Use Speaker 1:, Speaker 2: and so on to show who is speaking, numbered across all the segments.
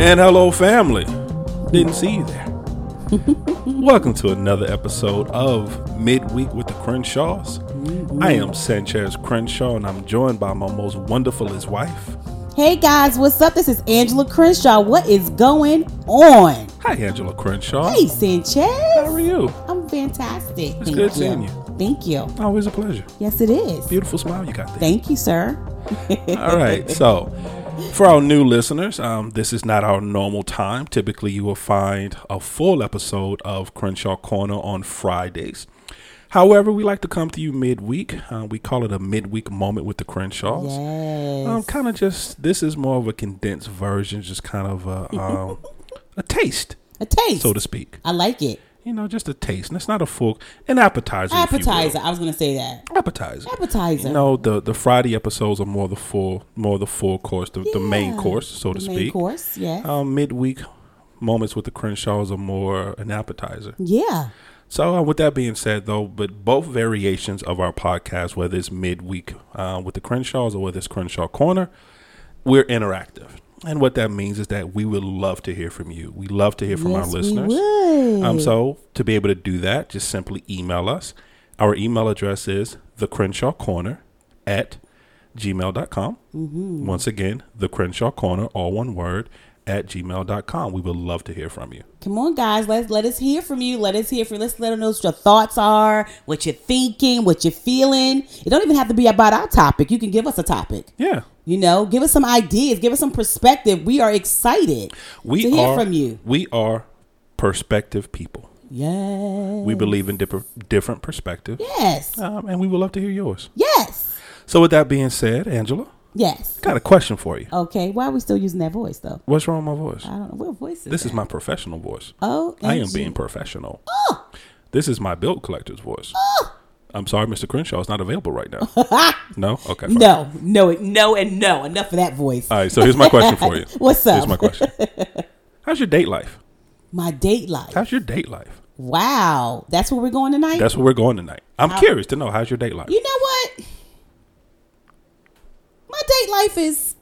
Speaker 1: And hello, family. Didn't see you there. Welcome to another episode of Midweek with the Crenshaws. I am Sanchez Crenshaw, and I'm joined by my most wonderfulest wife.
Speaker 2: Hey guys, what's up? This is Angela Crenshaw. What is going on?
Speaker 1: Hi, Angela Crenshaw.
Speaker 2: Hey Sanchez.
Speaker 1: How are you?
Speaker 2: I'm fantastic. Thank
Speaker 1: good
Speaker 2: you.
Speaker 1: seeing you.
Speaker 2: Thank you.
Speaker 1: Always a pleasure.
Speaker 2: Yes, it is.
Speaker 1: Beautiful smile you got there.
Speaker 2: Thank you, sir.
Speaker 1: All right. So, for our new listeners, um, this is not our normal time. Typically, you will find a full episode of Crenshaw Corner on Fridays. However, we like to come to you midweek. Uh, we call it a midweek moment with the Crenshaws.
Speaker 2: Yes.
Speaker 1: Um, kind of just this is more of a condensed version, just kind of a um, a taste,
Speaker 2: a taste.
Speaker 1: so to speak.
Speaker 2: I like it.
Speaker 1: You know, just a taste, and it's not a full an appetizer. if you will.
Speaker 2: Appetizer. I was gonna say that.
Speaker 1: Appetizer.
Speaker 2: Appetizer.
Speaker 1: You know, the the Friday episodes are more the full more the full course, the, the main
Speaker 2: Yeah.
Speaker 1: course, so to
Speaker 2: The
Speaker 1: speak.
Speaker 2: Main course. Yes.
Speaker 1: Um, midweek moments with the Crenshaws are more an appetizer.
Speaker 2: yeah.
Speaker 1: So, uh, with that being said, though, but both variations of our podcast, whether it's midweek uh, with the Crenshaws or whether it's Crenshaw Corner, we're interactive. And what that means is that we would love to hear from you. We love to hear from
Speaker 2: yes,
Speaker 1: our listeners.
Speaker 2: We would.
Speaker 1: Um, so to be able to do that, just simply email us. Our email address is the Crenshaw Corner at gmail.com.
Speaker 2: Mm-hmm.
Speaker 1: Once again, the Crenshaw Corner, all one word, at gmail.com. We would love to hear from you.
Speaker 2: Come on, guys. Let let us hear from you. Let us hear from. Let's let us know what your thoughts are, what you're thinking, what you're feeling. It don't even have to be about our topic. You can give us a topic.
Speaker 1: Yeah.
Speaker 2: You know, give us some ideas, give us some perspective. We are excited
Speaker 1: We
Speaker 2: to hear
Speaker 1: are,
Speaker 2: from you.
Speaker 1: We are perspective people.
Speaker 2: Yes.
Speaker 1: We believe in different different perspectives,
Speaker 2: yes.
Speaker 1: um, and we would love to hear yours.
Speaker 2: yes.
Speaker 1: So, with that being said, Angela,
Speaker 2: Yes.
Speaker 1: got a question for you.
Speaker 2: Okay. Why are we still using that voice though?
Speaker 1: What's wrong with my voice?
Speaker 2: I don't know. What voice is
Speaker 1: This
Speaker 2: that?
Speaker 1: is my professional voice.
Speaker 2: Oh,
Speaker 1: I am
Speaker 2: Angie.
Speaker 1: being professional.
Speaker 2: Ah.
Speaker 1: This is my bill collector's voice. I'm sorry, Mr. Crenshaw. It's not available right now. no? Okay. Fine.
Speaker 2: Ah, No, no, no, and no. Enough of that voice.
Speaker 1: All right. So here's my question for you.
Speaker 2: What's up?
Speaker 1: Here's my question. How's your date life?
Speaker 2: My date life.
Speaker 1: How's your date life?
Speaker 2: Wow. That's where we're going tonight?
Speaker 1: That's where we're going tonight. I'm curious to know how's your date life.
Speaker 2: you know what? My date life is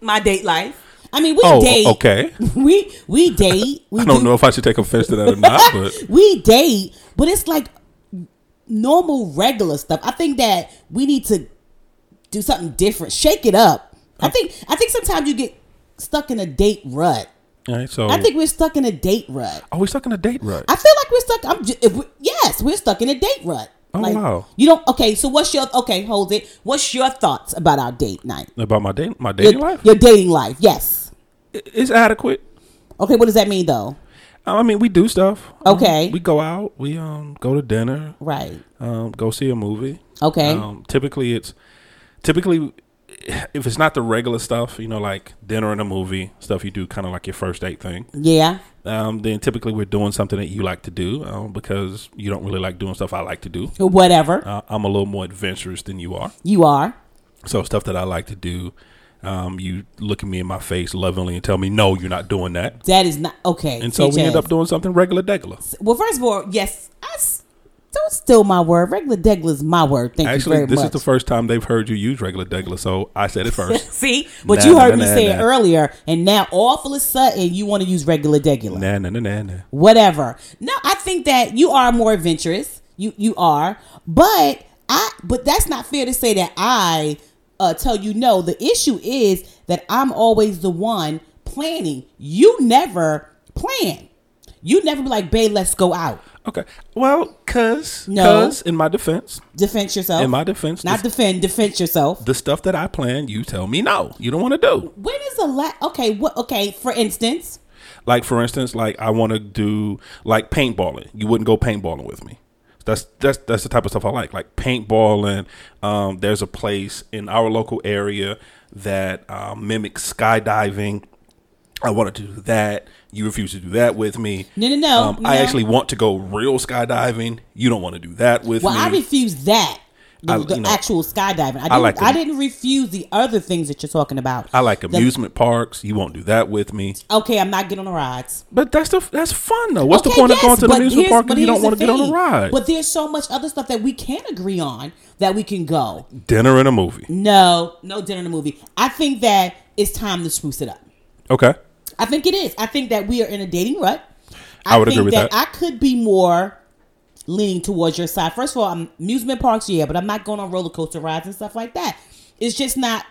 Speaker 2: my date life. I mean, we
Speaker 1: Oh,
Speaker 2: date.
Speaker 1: okay.
Speaker 2: We we date. We
Speaker 1: I don't
Speaker 2: do
Speaker 1: know if I should take offense to that or not, but
Speaker 2: we date, but it's like normal, regular stuff. I think that we need to do something different, shake it up. I think I think sometimes you get stuck in a date rut.
Speaker 1: all right. So
Speaker 2: I think we're stuck in a date rut.
Speaker 1: are we stuck in a date rut?
Speaker 2: I feel like we're stuck. I'm ju- if we, yes, we're stuck in a date rut.
Speaker 1: Oh,
Speaker 2: like,
Speaker 1: wow.
Speaker 2: You don't okay. So what's your okay? Hold it. What's your thoughts about our date night?
Speaker 1: About my date, my dating
Speaker 2: your,
Speaker 1: life,
Speaker 2: Your dating life. Yes.
Speaker 1: I- it's adequate.
Speaker 2: Okay. What does that mean though?
Speaker 1: I mean, we do stuff. Um,
Speaker 2: Okay.
Speaker 1: we go out. We um go to dinner.
Speaker 2: Right.
Speaker 1: Um, go see a movie.
Speaker 2: Okay.
Speaker 1: Um, typically, it's typically if it's not the regular stuff, you know, like dinner and a movie stuff you do, kind of like your first date thing.
Speaker 2: yeah.
Speaker 1: Um, then typically we're doing something that you like to do um, because you don't really like doing stuff I like to do.
Speaker 2: Whatever
Speaker 1: Uh, I'm a little more adventurous than you are,
Speaker 2: you are.
Speaker 1: so stuff that I like to do. Um, you look at me in my face lovingly and tell me, "No, you're not doing that."
Speaker 2: That is not okay.
Speaker 1: And so we end
Speaker 2: Sanchez.
Speaker 1: up doing something regular, degular.
Speaker 2: Well, first of all, yes, I s- don't steal my word. Regular Degla is my word. Thank you
Speaker 1: Actually,
Speaker 2: very
Speaker 1: this
Speaker 2: much.
Speaker 1: is the first time they've heard you use regular, degular, so I said it first.
Speaker 2: See, but
Speaker 1: Nah,
Speaker 2: you
Speaker 1: nah,
Speaker 2: heard
Speaker 1: nah,
Speaker 2: me
Speaker 1: nah,
Speaker 2: say it
Speaker 1: nah.
Speaker 2: earlier, and now all of a sudden you want to use regular Degula.
Speaker 1: nah, nah, nah, nah, nah.
Speaker 2: Whatever. No, I think that you are more adventurous. You you are, but I but that's not fair to say that I uh, tell you no. The issue is that I'm always the one planning. You never plan. You never be like, babe, let's go out.
Speaker 1: Okay. Well, cause,
Speaker 2: No.
Speaker 1: cause, in my defense,
Speaker 2: Defend yourself.
Speaker 1: in my defense,
Speaker 2: Not
Speaker 1: the,
Speaker 2: defend, defend yourself.
Speaker 1: the stuff that I plan, you tell me no, you don't want to do.
Speaker 2: When is the last? Okay, what? Okay, for instance,
Speaker 1: Like for instance, like I want to do like paintballing. You wouldn't go paintballing with me. That's that's that's the type of stuff I like. Like paintballing. Um, there's a place in our local area that uh, mimics skydiving. I wanted to do that. You refuse to do that with me.
Speaker 2: No, no, no,
Speaker 1: Um, I
Speaker 2: no.
Speaker 1: actually want to go real skydiving. You don't want to do that with
Speaker 2: well,
Speaker 1: me.
Speaker 2: I refuse that. The,
Speaker 1: I-
Speaker 2: the
Speaker 1: you know,
Speaker 2: actual skydiving. I didn't, I,
Speaker 1: I like the-
Speaker 2: didn't refuse the other things that you're talking about.
Speaker 1: I like
Speaker 2: The-
Speaker 1: amusement parks. You won't do that with me.
Speaker 2: okay, I'm not getting on the rides.
Speaker 1: But that's the that's fun though. What's
Speaker 2: Okay,
Speaker 1: the point
Speaker 2: yes,
Speaker 1: of going to the
Speaker 2: but
Speaker 1: amusement
Speaker 2: here's-
Speaker 1: park if
Speaker 2: but
Speaker 1: you
Speaker 2: here's
Speaker 1: don't want to
Speaker 2: the
Speaker 1: get on a
Speaker 2: thing.
Speaker 1: ride?
Speaker 2: But there's so much other stuff that we can agree on that we can go.
Speaker 1: Dinner and a movie.
Speaker 2: No, no dinner in a movie. I think that it's time to spruce it up.
Speaker 1: Okay.
Speaker 2: I think it is. I think that we are in a dating rut.
Speaker 1: I would
Speaker 2: think
Speaker 1: agree with that.
Speaker 2: I could be more leaning towards your side. First of all, I'm amusement parks, yeah, but I'm not going on roller coaster rides and stuff like that. It's just not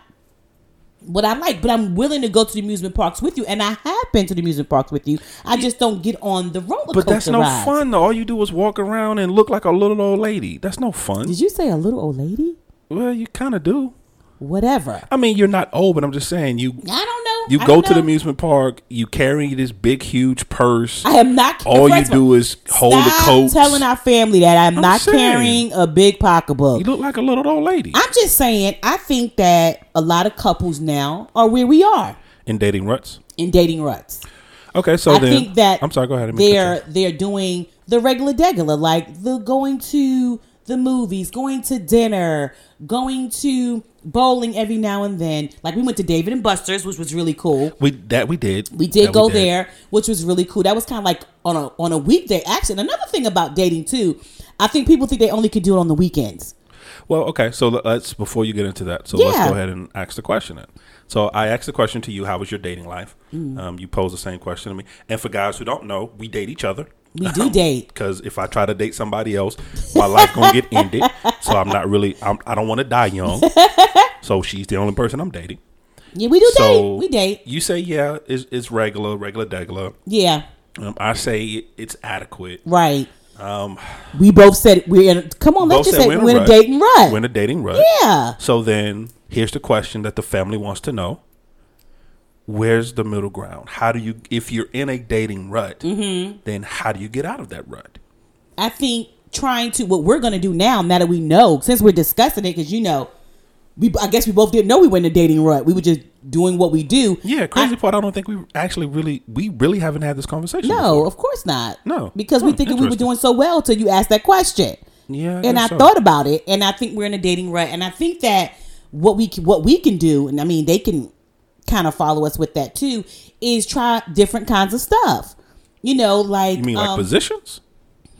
Speaker 2: what I like, but I'm willing to go to the amusement parks with you, and I have been to the amusement parks with you. I just don't get on the roller coaster
Speaker 1: But that's no
Speaker 2: rides.
Speaker 1: fun though. All you do is walk around and look like a little old lady. That's no fun.
Speaker 2: Did you say a little old lady?
Speaker 1: well, you kind of do.
Speaker 2: Whatever.
Speaker 1: I mean, you're not old, but I'm just saying you
Speaker 2: I don't know.
Speaker 1: you
Speaker 2: I
Speaker 1: go
Speaker 2: don't
Speaker 1: to the
Speaker 2: know.
Speaker 1: amusement park, you carry this big huge purse.
Speaker 2: I am not.
Speaker 1: all you
Speaker 2: First of all,
Speaker 1: do is hold
Speaker 2: Stop
Speaker 1: the coat.
Speaker 2: telling our family that I'm, not
Speaker 1: saying.
Speaker 2: carrying a big pocketbook.
Speaker 1: you look like a little old lady
Speaker 2: I'm just saying, I think that a lot of couples now are where we are
Speaker 1: in dating ruts.
Speaker 2: in dating ruts.
Speaker 1: Okay, so
Speaker 2: I
Speaker 1: Oh, then
Speaker 2: think that
Speaker 1: I'm sorry. Go ahead. I didn't mean to cut you
Speaker 2: They're they're doing the regular degular, like the going to the movies, going to dinner, going to bowling every now and then. Like we went to David and Buster's, which was really cool.
Speaker 1: off. we that we did.
Speaker 2: We did
Speaker 1: That
Speaker 2: go there, which was really cool. That was kind of like on a on a weekday action. Another thing about dating too, I think people think they only could do it on the weekends.
Speaker 1: Well, okay. So le- let's before you get into that. So let's
Speaker 2: Yeah.
Speaker 1: go ahead and ask the question. Then. So I asked the question to you. How was your dating life?
Speaker 2: Mm.
Speaker 1: Um, you posed the same question to me. And for guys who don't know, we date each other.
Speaker 2: We do date.
Speaker 1: Because if I try to date somebody else, my life gonna get ended. So I'm not really. I'm, I don't want to die young. so she's the only person I'm dating.
Speaker 2: Yeah, we do
Speaker 1: So
Speaker 2: date. We date.
Speaker 1: You say yeah, it's, it's regular, regular, degular.
Speaker 2: Yeah,
Speaker 1: Um, I say it's adequate.
Speaker 2: right. Um, we both said we're in. Come on, let's
Speaker 1: Both
Speaker 2: just
Speaker 1: said
Speaker 2: say
Speaker 1: we're in a
Speaker 2: we're in a
Speaker 1: rut.
Speaker 2: dating rut.
Speaker 1: We're in a dating rut.
Speaker 2: yeah,
Speaker 1: So then, here's the question that the family wants to know: Where's the middle ground? How do you, if you're in a dating rut,
Speaker 2: Mm-hmm.
Speaker 1: then how do you get out of that rut?
Speaker 2: I think trying to what we're gonna do now. Now that we know, since we're discussing it, because you know, we I guess we both didn't know we were in a dating rut. We were just doing what we do.
Speaker 1: Yeah,
Speaker 2: I-
Speaker 1: crazy part. I don't think we actually really, we really haven't had this conversation.
Speaker 2: No, of course not.
Speaker 1: No.
Speaker 2: Because we
Speaker 1: Hmm,
Speaker 2: thinking we were
Speaker 1: interesting.
Speaker 2: doing so well till you asked that question.
Speaker 1: Yeah, I
Speaker 2: and
Speaker 1: guess
Speaker 2: I
Speaker 1: so.
Speaker 2: thought about it, and I think we're in a dating rut, and I think that what we can, what we can do, and I mean they can kind of follow us with that too, is try different kinds of stuff. You know, like
Speaker 1: You mean like
Speaker 2: um, Hmm?
Speaker 1: positions?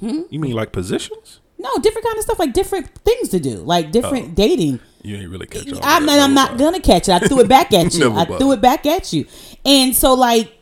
Speaker 1: You mean like positions?
Speaker 2: no different kind of stuff, like different things to do, like
Speaker 1: Oh.
Speaker 2: different dating.
Speaker 1: You ain't really catch on.
Speaker 2: I'm not, I'm not gonna catch it. I threw it back at you.
Speaker 1: Never
Speaker 2: I
Speaker 1: mind.
Speaker 2: threw it back at you. And so like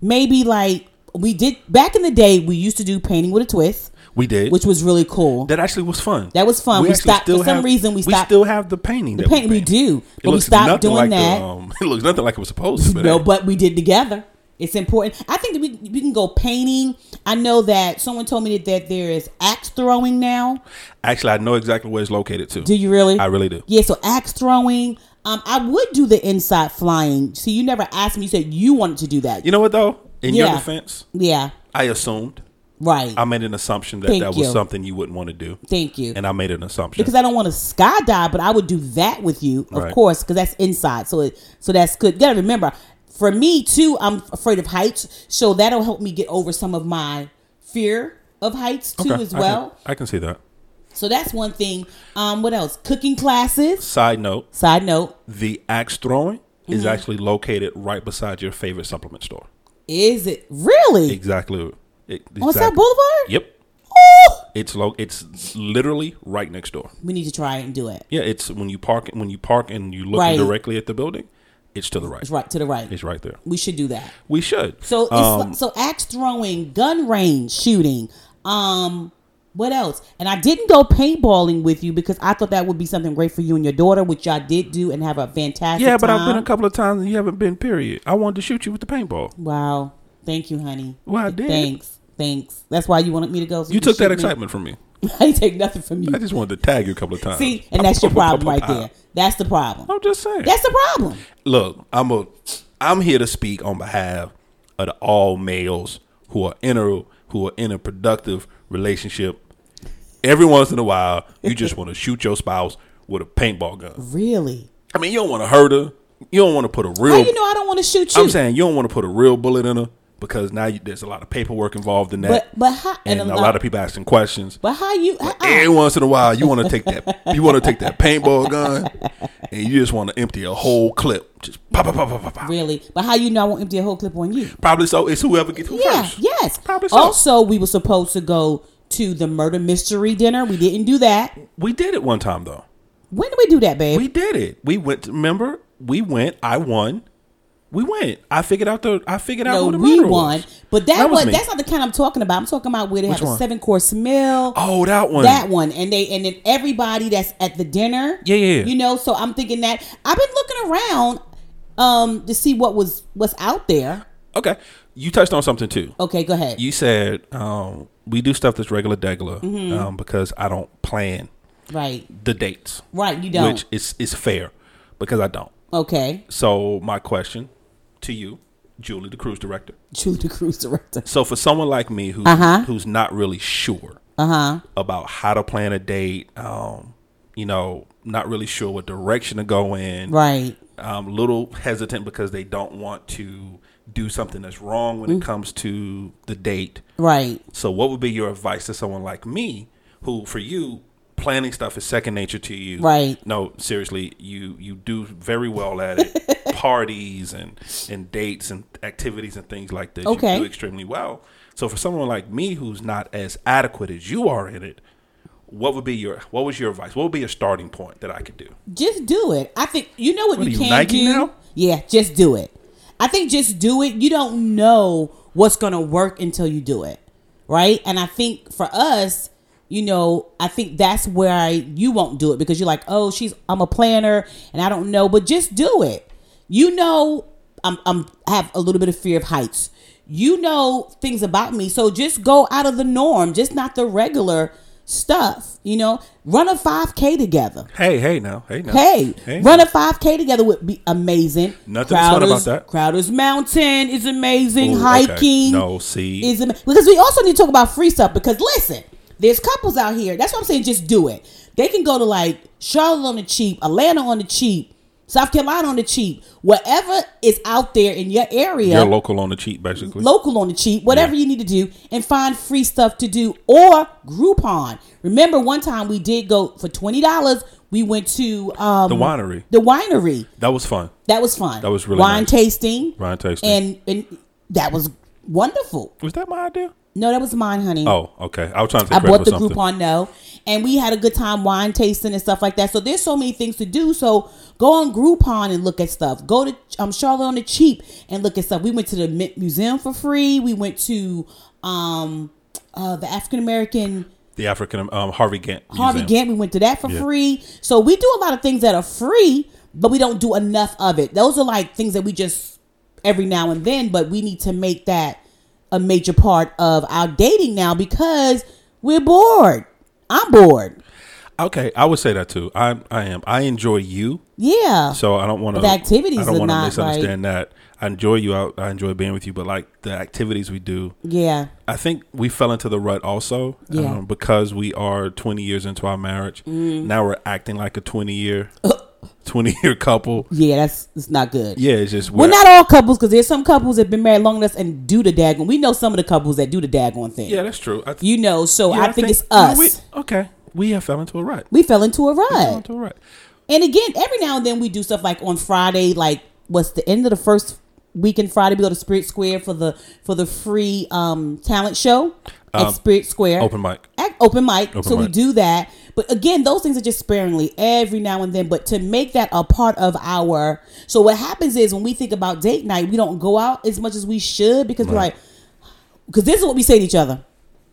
Speaker 2: maybe like we did back in the day we used to do painting with a twist,
Speaker 1: We did.
Speaker 2: which was really cool.
Speaker 1: that actually was fun.
Speaker 2: That was fun. We
Speaker 1: actually
Speaker 2: stopped- for
Speaker 1: still
Speaker 2: some
Speaker 1: have-
Speaker 2: reason, we
Speaker 1: We
Speaker 2: stopped-
Speaker 1: still have the painting. that
Speaker 2: painting we
Speaker 1: painted.
Speaker 2: do,
Speaker 1: It
Speaker 2: but we
Speaker 1: looks
Speaker 2: stopped
Speaker 1: nothing
Speaker 2: doing
Speaker 1: like the,
Speaker 2: that.
Speaker 1: um, it looks nothing like it was supposed to. But uh,
Speaker 2: no,
Speaker 1: hey.
Speaker 2: but we did together. It's important. I think that we we can go painting. I know that someone told me that, that there is axe throwing now.
Speaker 1: Actually, I know exactly where it's located too.
Speaker 2: Do you really?
Speaker 1: I really do.
Speaker 2: Yeah, so axe throwing. Um, I would do the inside flying. So you never asked me. You said you wanted to do that.
Speaker 1: You know what though? In
Speaker 2: Yeah.
Speaker 1: your defense,
Speaker 2: yeah,
Speaker 1: I assumed
Speaker 2: right.
Speaker 1: I made an assumption that
Speaker 2: Thank
Speaker 1: that was
Speaker 2: you.
Speaker 1: something you wouldn't want to do,
Speaker 2: Thank you.
Speaker 1: and I made an assumption.
Speaker 2: because I don't want to skydive, but I would do that with you, of
Speaker 1: Right.
Speaker 2: course, because that's inside. So it, so that's good. You gotta remember, for me too, I'm afraid of heights, so that'll help me get over some of my fear of heights too,
Speaker 1: Okay,
Speaker 2: as
Speaker 1: I can-
Speaker 2: well.
Speaker 1: I can, see that.
Speaker 2: So that's one thing. Um, what else? Cooking classes.
Speaker 1: Side note:
Speaker 2: Side note,
Speaker 1: the axe throwing
Speaker 2: Mm-hmm.
Speaker 1: is actually located right beside your favorite supplement store.
Speaker 2: is it really
Speaker 1: Exactly. It,
Speaker 2: on South
Speaker 1: exact-
Speaker 2: Boulevard?
Speaker 1: Yep.
Speaker 2: Ooh!
Speaker 1: It's lo- It's literally right next door.
Speaker 2: We need to try it and do it.
Speaker 1: Yeah, it's when you park when you park and you look
Speaker 2: Right.
Speaker 1: directly at the building, it's to the right.
Speaker 2: It's right to the right.
Speaker 1: It's right there.
Speaker 2: We should do that.
Speaker 1: We should.
Speaker 2: So it's,
Speaker 1: Um,
Speaker 2: so axe throwing, gun range shooting. Um, what else? And I didn't go paintballing with you because I thought that would be something great for you and your daughter, which y'all did do and have a fantastic.
Speaker 1: yeah, but I've been a
Speaker 2: time.
Speaker 1: couple of times and you haven't been. Period. I wanted to shoot you with the paintball.
Speaker 2: Wow, thank you, honey.
Speaker 1: Well, I did.
Speaker 2: Thanks, thanks. That's why you wanted me to go. so
Speaker 1: You took
Speaker 2: could
Speaker 1: that
Speaker 2: shoot me?
Speaker 1: excitement from me.
Speaker 2: I didn't take nothing from you.
Speaker 1: I just wanted to tag you a couple of times.
Speaker 2: See, and
Speaker 1: Pop,
Speaker 2: that's your
Speaker 1: pop, pop,
Speaker 2: problem
Speaker 1: pop, pop.
Speaker 2: right there. That's the problem.
Speaker 1: I'm just saying.
Speaker 2: That's the problem.
Speaker 1: Look, I'm a. I'm here to speak on behalf of the all males who are in a who are in a productive relationship. Every once in a while, you just want to shoot your spouse with a paintball gun.
Speaker 2: Really?
Speaker 1: I mean, you don't want to hurt her. You don't want to put a
Speaker 2: How
Speaker 1: real.
Speaker 2: you know I don't want to shoot you?
Speaker 1: I'm saying you don't want to put a real bullet in her because now you, there's a lot of paperwork involved in that,
Speaker 2: but but how?
Speaker 1: and, a lot of eh, people asking questions.
Speaker 2: But how you? uh, How,
Speaker 1: Every once in a while, you want to take that you want to take that paintball gun, and you just want to empty a whole clip, just pop, pop, pop, pop, pop, pop.
Speaker 2: really? But how you know I won't empty a whole clip on you?
Speaker 1: Probably so. It's whoever gets who
Speaker 2: Yeah.
Speaker 1: first.
Speaker 2: Yes.
Speaker 1: Probably so.
Speaker 2: Also, we were supposed to go to the murder mystery dinner. We didn't do that.
Speaker 1: We did it one time though.
Speaker 2: When did we do that, babe?
Speaker 1: We did it. We went. Remember, we went. I won. We went. I figured out the. I figured out
Speaker 2: No,
Speaker 1: who the
Speaker 2: we
Speaker 1: murderer
Speaker 2: won,
Speaker 1: was.
Speaker 2: but that,
Speaker 1: That was
Speaker 2: was
Speaker 1: me.
Speaker 2: that's not the kind I'm talking about. I'm talking about where they
Speaker 1: Which
Speaker 2: have a
Speaker 1: one?
Speaker 2: seven course meal.
Speaker 1: Oh, that one.
Speaker 2: That one, and they and then everybody that's at the dinner.
Speaker 1: Yeah, yeah, yeah.
Speaker 2: You know, so I'm thinking that I've been looking around um to see what was what's out there.
Speaker 1: Okay, you touched on something too.
Speaker 2: Okay, go ahead.
Speaker 1: You said um, we do stuff that's regular degular
Speaker 2: Mm-hmm.
Speaker 1: um, because I don't plan
Speaker 2: right,
Speaker 1: the dates,
Speaker 2: right. You don't.
Speaker 1: which is is fair because I don't.
Speaker 2: okay,
Speaker 1: So my question to you, Julie, the cruise director.
Speaker 2: Julie the cruise director.
Speaker 1: So for someone like me who
Speaker 2: Uh-huh.
Speaker 1: who's not really sure about how to plan a date, um, you know, not really sure what direction to go in,
Speaker 2: Right.
Speaker 1: um, little hesitant because they don't want to do something that's wrong when it
Speaker 2: Mm.
Speaker 1: comes to the date.
Speaker 2: Right.
Speaker 1: So, what would be your advice to someone like me, who for you planning stuff is second nature to you?
Speaker 2: Right.
Speaker 1: No, seriously, you you do very well at it. Parties and and dates and activities and things like this,
Speaker 2: Okay.
Speaker 1: you do extremely well. So, for someone like me who's not as adequate as you are in it, what would be your what was your advice? What would be a starting point that I could do?
Speaker 2: Just do it. I think you know what,
Speaker 1: What
Speaker 2: you
Speaker 1: are you,
Speaker 2: can
Speaker 1: Nike
Speaker 2: do.
Speaker 1: now?
Speaker 2: Yeah, just do it. I think just do it. You don't know what's gonna work until you do it, right? And I think for us, you know, I think that's where I, you won't do it because you're like, oh, she's I'm a planner and I don't know, but just do it. You know, I'm I'm I have a little bit of fear of heights. You know things about me, so just go out of the norm, just not the regular stuff. You know, run a five k together.
Speaker 1: Hey, hey, now, hey, now,
Speaker 2: Hey,
Speaker 1: Hey.
Speaker 2: run a 5K together would be amazing.
Speaker 1: Nothing's fun about that.
Speaker 2: Crowder's Mountain is amazing.
Speaker 1: Ooh, okay.
Speaker 2: Hiking
Speaker 1: No, see,
Speaker 2: is am- because we also need to talk about free stuff. Because listen, there's couples out here. That's what I'm saying. Just do it. They can go to like Charlotte on the cheap, Atlanta on the cheap, South Carolina on the cheap, whatever is out there in your area
Speaker 1: you're local on the cheat, basically.
Speaker 2: local on the cheap, whatever you need to do, and find free stuff to do or Groupon. Remember, one time we did go for twenty dollars. We went to um,
Speaker 1: The winery.
Speaker 2: The winery
Speaker 1: that was fun.
Speaker 2: that was fun.
Speaker 1: That was really
Speaker 2: wine
Speaker 1: nice.
Speaker 2: tasting.
Speaker 1: Ryan tasting.
Speaker 2: and and that was wonderful.
Speaker 1: was that my idea?
Speaker 2: No, that was mine, honey.
Speaker 1: Oh, okay. I was trying to
Speaker 2: I
Speaker 1: think
Speaker 2: bought
Speaker 1: credit
Speaker 2: the
Speaker 1: for something.
Speaker 2: Groupon No, and we had a good time wine tasting and stuff like that. So there's so many things to do. So go on Groupon and look at stuff. Go to um, Charlotte on the cheap and look at stuff. We went to the Mi- museum for free. We went to um uh, the African American
Speaker 1: The African um, Harvey Gantt.
Speaker 2: Harvey
Speaker 1: Museum.
Speaker 2: Gantt. We went to that for
Speaker 1: Yeah.
Speaker 2: free. So we do a lot of things that are free, but we don't do enough of it. Those are like things that we just every now and then, but we need to make that a major part of our dating now because we're bored. I'm bored.
Speaker 1: Okay, I would say that too. I I am. I enjoy you,
Speaker 2: Yeah.
Speaker 1: so I don't want to.
Speaker 2: the activities
Speaker 1: I don't
Speaker 2: are
Speaker 1: wanna
Speaker 2: not,
Speaker 1: misunderstand that. I enjoy you. I, I enjoy being with you, but like the activities we do,
Speaker 2: yeah.
Speaker 1: I think we fell into the rut also
Speaker 2: Yeah. Mm.
Speaker 1: um, because we are 20 years into our marriage. Now we're acting like a 20 year, 20 year couple.
Speaker 2: Yeah, that's it's not good.
Speaker 1: Yeah, it's just
Speaker 2: We're not all couples because there's some couples that have been married long enough and do the daggone. We know some of the couples that do the daggone thing.
Speaker 1: Yeah, that's true. I th-
Speaker 2: You know, so
Speaker 1: yeah,
Speaker 2: I, think, it's
Speaker 1: yeah,
Speaker 2: us.
Speaker 1: we-
Speaker 2: we,
Speaker 1: okay, we have fell into a rut.
Speaker 2: fell into a
Speaker 1: We fell
Speaker 2: rut.
Speaker 1: into a rut.
Speaker 2: And again, every now and then we do stuff like on Friday, like what's the end of the first weekend Friday, we go to Spirit Square for the for the free um talent show at
Speaker 1: Um,
Speaker 2: Spirit Square.
Speaker 1: Open mic.
Speaker 2: Ac- open mic. so we
Speaker 1: mic.
Speaker 2: do that. But again, those things are just sparingly every now and then. But to make that a part of our so what happens is when we think about date night, we don't go out as much as we should because we're
Speaker 1: Right.
Speaker 2: like because this is what we say to each other.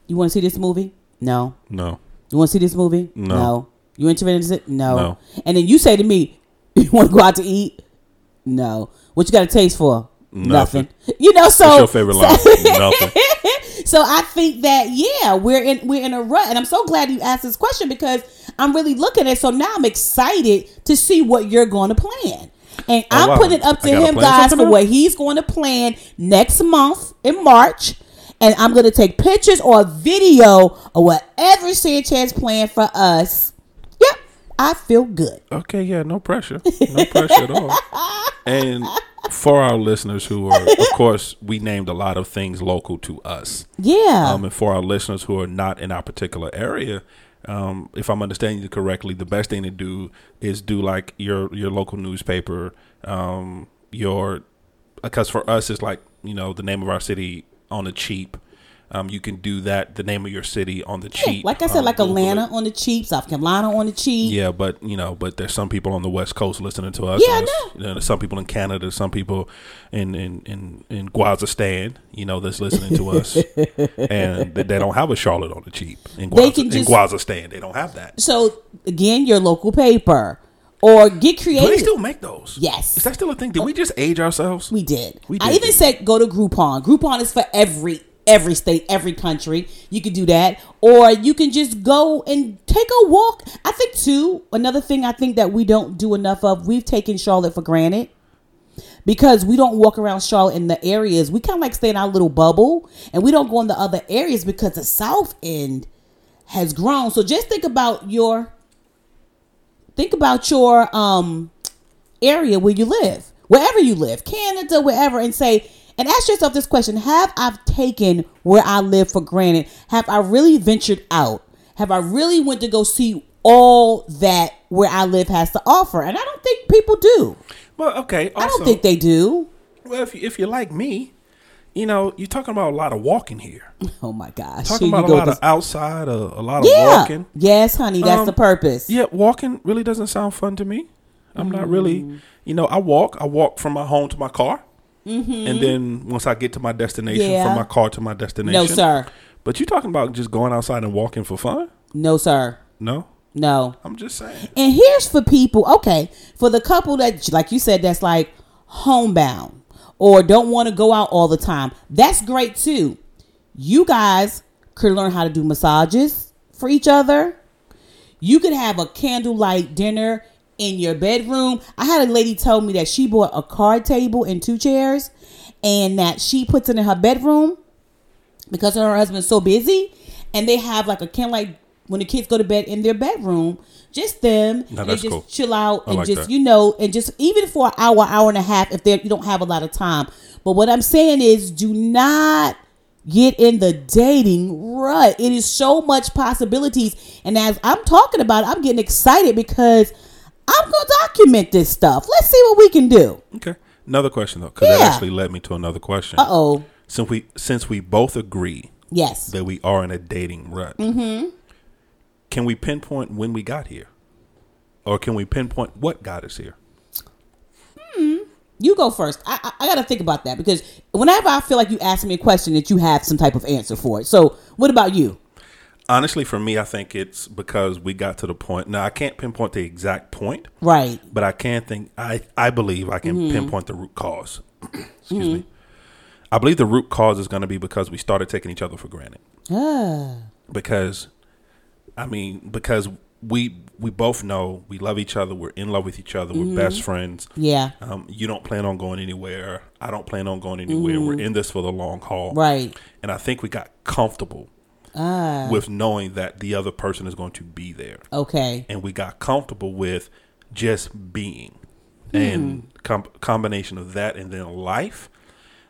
Speaker 2: You want to see this movie? No.
Speaker 1: No.
Speaker 2: You want to see this movie?
Speaker 1: No.
Speaker 2: You interested in it? No.
Speaker 1: No.
Speaker 2: And then you say to me, you want to go out to eat? No. What you got a taste for?
Speaker 1: Nothing.
Speaker 2: You know, so
Speaker 1: What's your favorite line? Nothing.
Speaker 2: so I think that yeah, we're in we're in a rut, and I'm so glad you asked this question because I'm really looking at. it. So now I'm excited to see what you're going to plan, and I'm
Speaker 1: Oh, wow.
Speaker 2: putting it up to
Speaker 1: I gotta
Speaker 2: him,
Speaker 1: plan
Speaker 2: guys,
Speaker 1: something
Speaker 2: for
Speaker 1: now?
Speaker 2: what he's going to plan next month in March, and I'm going to take pictures or a video or whatever Sanchez planned for us. Yep, I feel good.
Speaker 1: Okay, yeah, no pressure. No pressure at all. And for our listeners who are, of course, we named a lot of things local to us.
Speaker 2: Yeah,
Speaker 1: Um, and for our listeners who are not in our particular area, um, if I'm understanding you correctly, the best thing to do is do like your your local newspaper, um, your because for us it's like you know the name of our city on the cheap, Um, you can do that. The name of your city on the cheap.
Speaker 2: Like I said,
Speaker 1: um,
Speaker 2: like
Speaker 1: Google it.
Speaker 2: Atlanta on the cheap, South Carolina on the cheap.
Speaker 1: Yeah, but you know, but there's some people on the West Coast listening to us.
Speaker 2: Yeah, I
Speaker 1: and there's- you know, there's some people in Canada, some people in in in in Guazastan, you know, that's listening to us, and they, they don't have a Charlotte on the cheap. In Guaza,
Speaker 2: They can
Speaker 1: in
Speaker 2: just-
Speaker 1: Guazastan, they don't have that.
Speaker 2: So again, your local paper or get
Speaker 1: Do they
Speaker 2: creative.
Speaker 1: still make those?
Speaker 2: Yes. Oh.
Speaker 1: Is that still a thing? Did we just age ourselves?
Speaker 2: we did.
Speaker 1: We
Speaker 2: I
Speaker 1: did
Speaker 2: even
Speaker 1: do
Speaker 2: said go to Groupon. Groupon is for every every state, every country. You can do that, or you can just go and take a walk. I think too. Another thing I think that we don't do enough of. We've taken Charlotte for granted. because we don't walk around Charlotte in the areas. We kind of like stay in our little bubble and we don't go in the other areas because the South End has grown. So just think about your think about your um area where you live, wherever you live, Canada, wherever, and say and ask yourself this question: Have I taken where I live for granted? Have I really ventured out? Have I really went to go see all that where I live has to offer? And I don't think people do.
Speaker 1: Well, okay. Also,
Speaker 2: I don't think they do.
Speaker 1: well, if you, if you're like me, you know, you're talking about a lot of walking here.
Speaker 2: Oh my gosh.
Speaker 1: Talking
Speaker 2: Here you
Speaker 1: about a
Speaker 2: go
Speaker 1: lot
Speaker 2: with
Speaker 1: of outside, a, a lot of
Speaker 2: this- yeah.
Speaker 1: walking.
Speaker 2: Yes, honey, that's
Speaker 1: Um,
Speaker 2: the purpose.
Speaker 1: Yeah, walking really doesn't sound fun to me. I'm not really,
Speaker 2: Mm.
Speaker 1: you know, I walk. I walk from my home to my car, and then once I get to my destination,
Speaker 2: Mm-hmm. Yeah.
Speaker 1: from my car to my destination.
Speaker 2: No, sir.
Speaker 1: But you talking about just going outside and walking for fun?
Speaker 2: No, sir.
Speaker 1: No,
Speaker 2: No.
Speaker 1: I'm just saying.
Speaker 2: And here's for people, okay, for the couple that like you said that's like homebound or don't want to go out all the time. That's great too. You guys could learn how to do massages for each other. You could have a candlelight dinner in your bedroom. I had a lady tell me that she bought a card table and two chairs and that she puts it in her bedroom because her husband's so busy and they have like a candlelight when the kids go to bed in their bedroom, just them.
Speaker 1: Now
Speaker 2: and they
Speaker 1: that's
Speaker 2: just
Speaker 1: cool.
Speaker 2: chill out and
Speaker 1: like
Speaker 2: just
Speaker 1: that.
Speaker 2: you know and just even for an hour, hour and a half if they you don't have a lot of time. But what I'm saying is do not get in the dating rut. It is so much possibilities. And as I'm talking about it, I'm getting excited because I'm gonna document this stuff. Let's see what we can do.
Speaker 1: Okay, another question though, because
Speaker 2: Yeah.
Speaker 1: that actually led me to another question.
Speaker 2: Uh oh.
Speaker 1: Since we since we both agree
Speaker 2: Yes.
Speaker 1: that we are in a dating rut, mm-hmm. can we pinpoint when we got here, or can we pinpoint what got us here?
Speaker 2: You go first. I, I, I got to think about that because whenever I feel like you ask me a question, that you have some type of answer for it. So, what about you?
Speaker 1: Honestly, for me, I think it's because we got to the point. Now, I can't pinpoint the exact point,
Speaker 2: Right.
Speaker 1: but I can think. I I believe I can pinpoint the root cause. Excuse me. I believe the root cause is going to be because we started taking each other for granted.
Speaker 2: Ah.
Speaker 1: Because, I mean, because we we both know we love each other. We're in love with each other. We're best friends.
Speaker 2: yeah.
Speaker 1: Um, you don't plan on going anywhere. I don't plan on going anywhere. We're in this for the long haul.
Speaker 2: Right.
Speaker 1: And I think we got comfortable
Speaker 2: Ah.
Speaker 1: with knowing that the other person is going to be there.
Speaker 2: Okay.
Speaker 1: and we got comfortable with just being
Speaker 2: Hmm.
Speaker 1: and com- combination of that and then life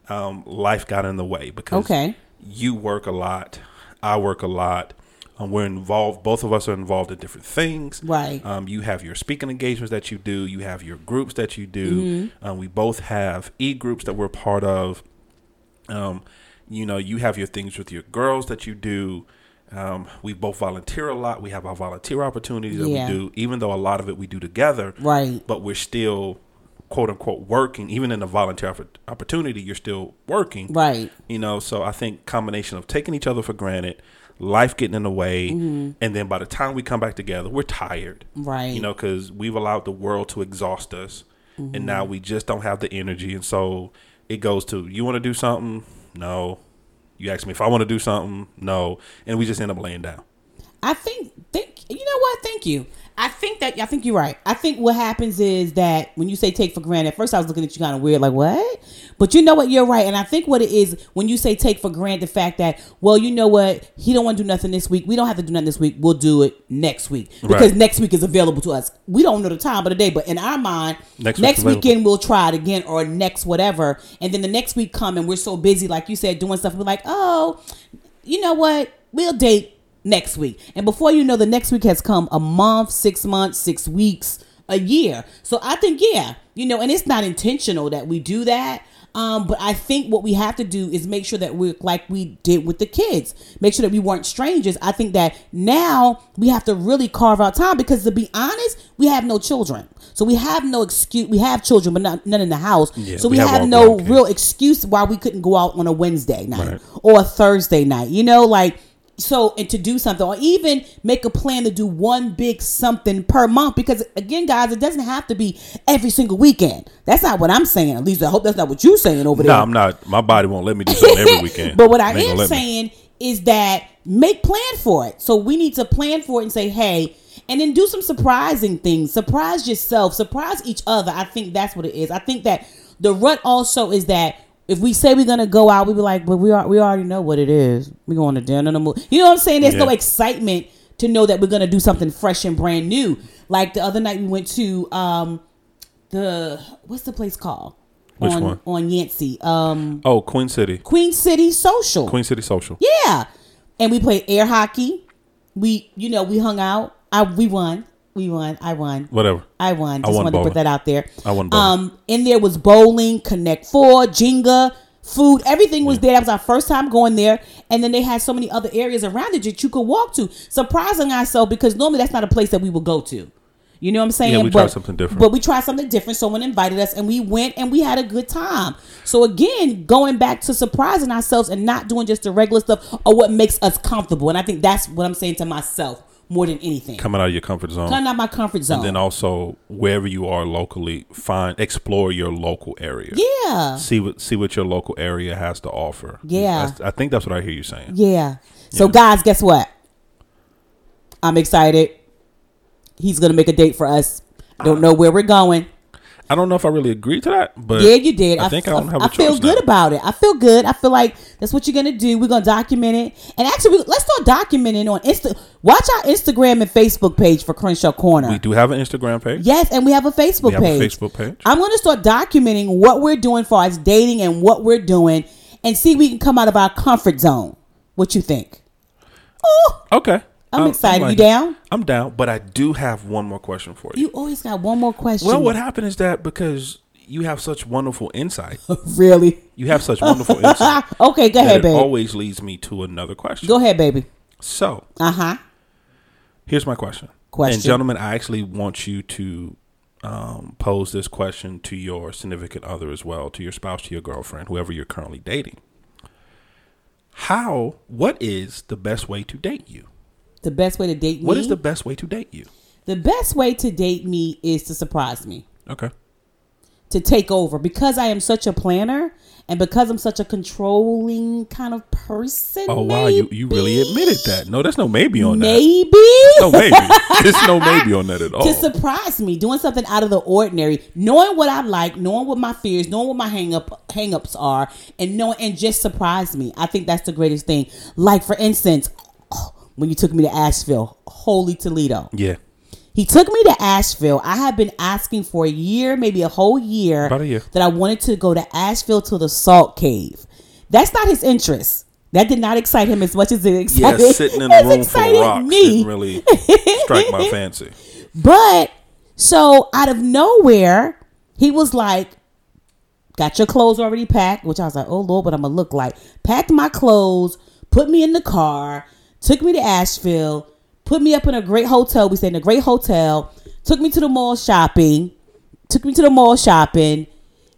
Speaker 1: um, life got in the way because
Speaker 2: Okay.
Speaker 1: you work a lot i work a lot um, we're involved both of us are involved in different things
Speaker 2: Right.
Speaker 1: um, you have your speaking engagements that you do you have your groups that you do
Speaker 2: Mm-hmm.
Speaker 1: um, we both have e-groups that we're part of um, you know, you have your things with your girls that you do. Um, we both volunteer a lot. We have our volunteer opportunities that
Speaker 2: Yeah.
Speaker 1: we do, even though a lot of it we do together.
Speaker 2: Right.
Speaker 1: But we're still, quote unquote, working. Even in the volunteer opp- opportunity, you're still working.
Speaker 2: Right.
Speaker 1: You know, so I think combination of taking each other for granted, life getting in the way, and then by the time we come back together, we're tired.
Speaker 2: Mm-hmm. Right.
Speaker 1: You know, because we've allowed the world to exhaust us, and now
Speaker 2: Mm-hmm.
Speaker 1: we just don't have the energy. And so it goes to you want to do something? No. You ask me if I want to do something? No. And we just end up laying down.
Speaker 2: I think think you know what? Thank you. I think that I think you're right. I think what happens is that when you say take for granted, at first I was looking at you kind of weird, like what? But you know what? You're right, and I think what it is when you say take for granted the fact that well, you know what? He don't want to do nothing this week. We don't have to do nothing this week. We'll do it next week because
Speaker 1: Right.
Speaker 2: next week is available to us. We don't know the time of the day, but in our mind,
Speaker 1: Next
Speaker 2: next,
Speaker 1: week's available.
Speaker 2: weekend we'll try it again or next whatever, and then the next week come and we're so busy, like you said, doing stuff. We're like, oh, you know what? We'll date next week. And before you know, the next week has come a month, six months, six weeks, a year. So I think, yeah, you know, and it's not intentional that we do that. Um, but I think what we have to do is make sure that we're like we did with the kids, make sure that we weren't strangers. I think that now we have to really carve out time because to be honest, we have no children. So we have no excuse. We have children, but not, none in the house.
Speaker 1: Yeah,
Speaker 2: so
Speaker 1: we
Speaker 2: we,
Speaker 1: have
Speaker 2: have,
Speaker 1: all
Speaker 2: no
Speaker 1: grandkids.
Speaker 2: real excuse why we couldn't go out on a Wednesday night
Speaker 1: Right.
Speaker 2: or a Thursday night. You know, like so and to do something or even make a plan to do one big something per month because again guys it doesn't have to be every single weekend that's not what i'm saying at least i hope that's not what you're saying over
Speaker 1: No,
Speaker 2: there
Speaker 1: I'm not. My body won't let me do something every weekend.
Speaker 2: but what I
Speaker 1: It ain't gonna
Speaker 2: am
Speaker 1: let me.
Speaker 2: saying is that make plan for it. So we need to plan for it and say, hey, and then do some surprising things. Surprise yourself. Surprise each other. I think that's what it is. I think that the rut also is that if we say we're gonna go out, we be like, but we are, we already know what it is. We going to dinner and a movie. You know what I'm saying? There's no
Speaker 1: Yeah.
Speaker 2: excitement to know that we're gonna do something fresh and brand new. Like the other night we went to um the what's the place called?
Speaker 1: Which
Speaker 2: on
Speaker 1: one?
Speaker 2: on Yancey. Um
Speaker 1: Oh, Queen City,
Speaker 2: Queen City Social.
Speaker 1: Queen City Social.
Speaker 2: Yeah. And we played air hockey. We, you know, we hung out. I we won. We won. I won.
Speaker 1: Whatever.
Speaker 2: I won. Just
Speaker 1: won
Speaker 2: wanted to
Speaker 1: bowling.
Speaker 2: put that out there.
Speaker 1: I won bowling.
Speaker 2: Um, in there was bowling, Connect Four, Jenga, food. Everything
Speaker 1: Mm.
Speaker 2: was there. That was our first time going there. And then they had so many other areas around it that you could walk to. Surprising ourselves because normally that's not a place that we would go to. You know what I'm saying?
Speaker 1: we tried something different.
Speaker 2: But we tried something different. Someone invited us, and we went, and we had a good time. So again, going back to surprising ourselves and not doing just the regular stuff or what makes us comfortable. And I think that's what I'm saying to myself more than anything.
Speaker 1: Coming out of your comfort zone.
Speaker 2: Coming out my comfort zone.
Speaker 1: Then also wherever you are locally, find explore your local area.
Speaker 2: yeah.
Speaker 1: See what see what your local area has to offer.
Speaker 2: Yeah.
Speaker 1: That's- I think that's what I hear you saying.
Speaker 2: Yeah. So guys, guess what? I'm excited. He's gonna make a date for us. Don't know where we're going.
Speaker 1: I don't know if I really agree to that, but
Speaker 2: Yeah, you did.
Speaker 1: I think I
Speaker 2: f-
Speaker 1: don't have a
Speaker 2: I feel
Speaker 1: choice
Speaker 2: good
Speaker 1: now.
Speaker 2: about it. I feel good. I feel like that's what you're gonna do. We're gonna document it, and actually, we, let's start documenting on Insta. Watch our Instagram and Facebook page for Crenshaw Corner.
Speaker 1: We do have an Instagram page.
Speaker 2: Yes, and we have a Facebook
Speaker 1: We have a
Speaker 2: page.
Speaker 1: Facebook page.
Speaker 2: I'm going to start documenting what we're doing for us dating and what we're doing, and see if we can come out of our comfort zone. What you think? Oh,
Speaker 1: Okay.
Speaker 2: I'm excited. You
Speaker 1: liking it.
Speaker 2: down?
Speaker 1: I'm down, but I do have one more question for you.
Speaker 2: you always got one more question.
Speaker 1: well, what happened is that because you have such wonderful insight,
Speaker 2: really?
Speaker 1: you have such wonderful insight.
Speaker 2: okay, go
Speaker 1: that
Speaker 2: ahead,
Speaker 1: it
Speaker 2: baby.
Speaker 1: always leads me to another question.
Speaker 2: go ahead, baby.
Speaker 1: So
Speaker 2: Uh huh.
Speaker 1: here's my question.
Speaker 2: Question.
Speaker 1: And gentlemen, I actually want you to um, pose this question to your significant other as well, to your spouse, to your girlfriend, whoever you're currently dating. How? What is the best way to date you?
Speaker 2: The best way to date me.
Speaker 1: What is the best way to date you?
Speaker 2: the best way to date me is to surprise me.
Speaker 1: Okay.
Speaker 2: to take over because I am such a planner and because I'm such a controlling kind of person.
Speaker 1: Oh wow, you, you really
Speaker 2: maybe-
Speaker 1: admitted that. No, that's no maybe on that. Oh,
Speaker 2: Maybe
Speaker 1: No maybe. There's no maybe on that at all.
Speaker 2: to surprise me, doing something out of the ordinary, knowing what I like, knowing what my fears, knowing what my hang up hang ups are, and knowing and just surprise me. I think that's the greatest thing. Like for instance, when you took me to Asheville, holy Toledo.
Speaker 1: yeah.
Speaker 2: He took me to Asheville. I had been asking for a year, maybe a whole year,
Speaker 1: About a year.
Speaker 2: that I wanted to go to Asheville to the Salt Cave. That's not his interest. That did not excite him as much as it
Speaker 1: Yeah,
Speaker 2: excited,
Speaker 1: sitting in a
Speaker 2: as
Speaker 1: room
Speaker 2: excited
Speaker 1: for rocks
Speaker 2: me.
Speaker 1: didn't really strike my fancy.
Speaker 2: But so out of nowhere, he was like, Got your clothes already packed, which I was like, Oh Lord, what I'm gonna look like. Packed my clothes, put me in the car, took me to Asheville, put me up in a great hotel. We stayed in a great hotel, took me to the mall shopping, took me to the mall shopping.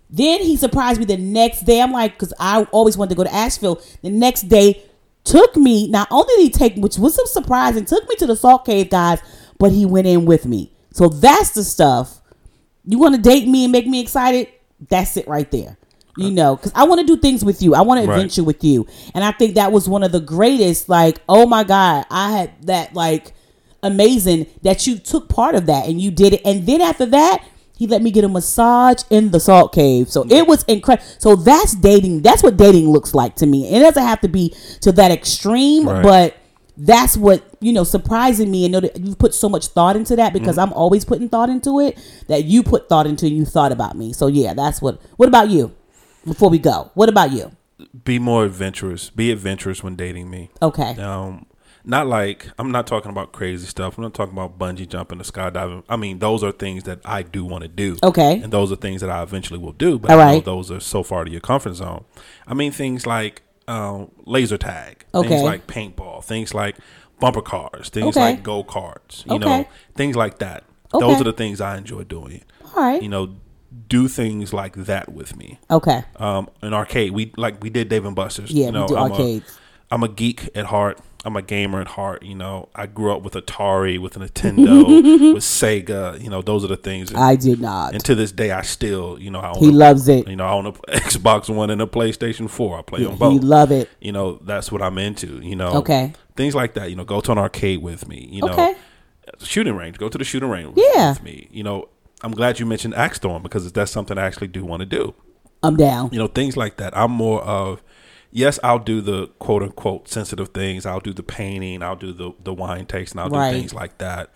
Speaker 2: Then he surprised me the next day. I'm like, because I always wanted to go to Asheville. The next day, took me. Not only did he take, which was some surprising, took me to the salt cave, guys, but he went in with me. So that's the stuff. You want to date me and make me excited? That's it right there. You know, because I want to do things with you. I want to
Speaker 1: Right.
Speaker 2: adventure with you, and I think that was one of the greatest. Like, oh my god, I had that like amazing that you took part of that and you did it. And then after that, he let me get a massage in the salt cave. So it was incredible. So that's dating. That's what dating looks like to me. It doesn't have to be to that extreme,
Speaker 1: Right.
Speaker 2: but that's what you know surprising me and know that you've put so much thought into that because I'm always putting thought into it that you put thought into and you thought about me. So yeah, that's what. What about you? Before we go, what about you?
Speaker 1: Be more adventurous. Be adventurous when dating me.
Speaker 2: Okay.
Speaker 1: Um, Not like I'm not talking about crazy stuff. I'm not talking about bungee jumping or skydiving. I mean, those are things that I do want to do.
Speaker 2: Okay.
Speaker 1: And those are things that I eventually will do. But
Speaker 2: All
Speaker 1: I know
Speaker 2: right.
Speaker 1: those are so far to your comfort zone. I mean, things like um, laser tag,
Speaker 2: Okay.
Speaker 1: things like paintball, things like bumper cars, things
Speaker 2: Okay.
Speaker 1: like go karts. You know,
Speaker 2: Okay.
Speaker 1: things like that.
Speaker 2: Okay.
Speaker 1: Those are the things I enjoy doing.
Speaker 2: All right.
Speaker 1: You know, do things like that with me
Speaker 2: Okay.
Speaker 1: um, an arcade. We like we did Dave and Buster's. you
Speaker 2: Yeah, we
Speaker 1: know,
Speaker 2: do
Speaker 1: I'm
Speaker 2: arcades.
Speaker 1: A, I'm a geek at heart. I'm a gamer at heart. You know, I grew up with Atari, with Nintendo, with Sega. You know, those are the things. And,
Speaker 2: I did not.
Speaker 1: and to this day, I still, you know, I own
Speaker 2: He
Speaker 1: a-
Speaker 2: loves it.
Speaker 1: You know, I own an Xbox One and a PlayStation Four. I play on both.
Speaker 2: He love it.
Speaker 1: You know, that's what I'm into. You know,
Speaker 2: Okay.
Speaker 1: things like that. You know, go to an arcade with me. You know,
Speaker 2: Okay.
Speaker 1: shooting range. Go to the shooting range
Speaker 2: Yeah.
Speaker 1: with me. You know, I'm glad you mentioned Axe Storm because that's something I actually do want to do
Speaker 2: I'm down.
Speaker 1: you know things like that i'm more of yes i'll do the quote unquote sensitive things i'll do the painting i'll do the the wine tasting i'll
Speaker 2: Right.
Speaker 1: do things like that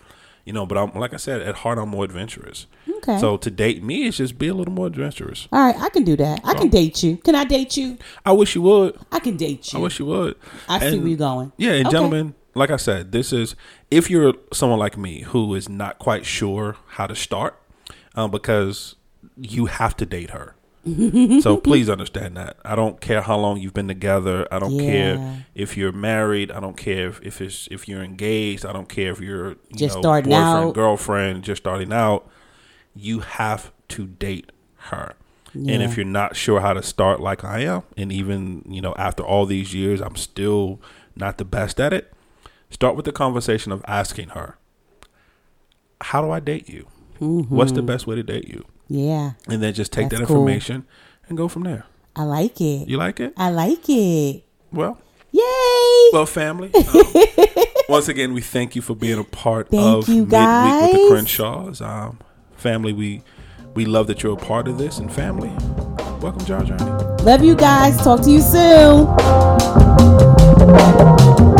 Speaker 1: you know but i'm like i said at heart i'm more adventurous
Speaker 2: Okay.
Speaker 1: so to date me is just be a little more adventurous
Speaker 2: All right, I can do that. I can date you. Can I date you?
Speaker 1: i wish you would
Speaker 2: I can date
Speaker 1: i
Speaker 2: you.
Speaker 1: wish you would
Speaker 2: I see
Speaker 1: And-
Speaker 2: where you're going.
Speaker 1: yeah and
Speaker 2: Okay.
Speaker 1: gentlemen like i said this is if you're someone like me who is not quite sure how to start um, because you have to date her so please understand that. I don't care how long you've been together. I don't
Speaker 2: Yeah.
Speaker 1: care if you're married. I don't care if, if it's if you're engaged. I don't care if you're you
Speaker 2: Just
Speaker 1: know,
Speaker 2: starting
Speaker 1: boyfriend,
Speaker 2: out.
Speaker 1: girlfriend, just starting out. You have to date her. And
Speaker 2: Yeah.
Speaker 1: if you're not sure how to start like I am, and even, you know, after all these years I'm still not the best at it, start with the conversation of asking her, How do I date you? What's the best way to date you?
Speaker 2: Yeah,
Speaker 1: and then just take
Speaker 2: Mm-hmm. That's
Speaker 1: that
Speaker 2: cool.
Speaker 1: information and go from there.
Speaker 2: I like it.
Speaker 1: You like it?
Speaker 2: I like it.
Speaker 1: Well,
Speaker 2: Yay!
Speaker 1: well, family. um, once again, we thank you for being a part
Speaker 2: Thank
Speaker 1: of Midweek
Speaker 2: you,
Speaker 1: with the
Speaker 2: guys.
Speaker 1: Crenshaws. Um, family, we we love that you're a part of this, and family, welcome to our journey.
Speaker 2: Love you guys. Talk to you soon.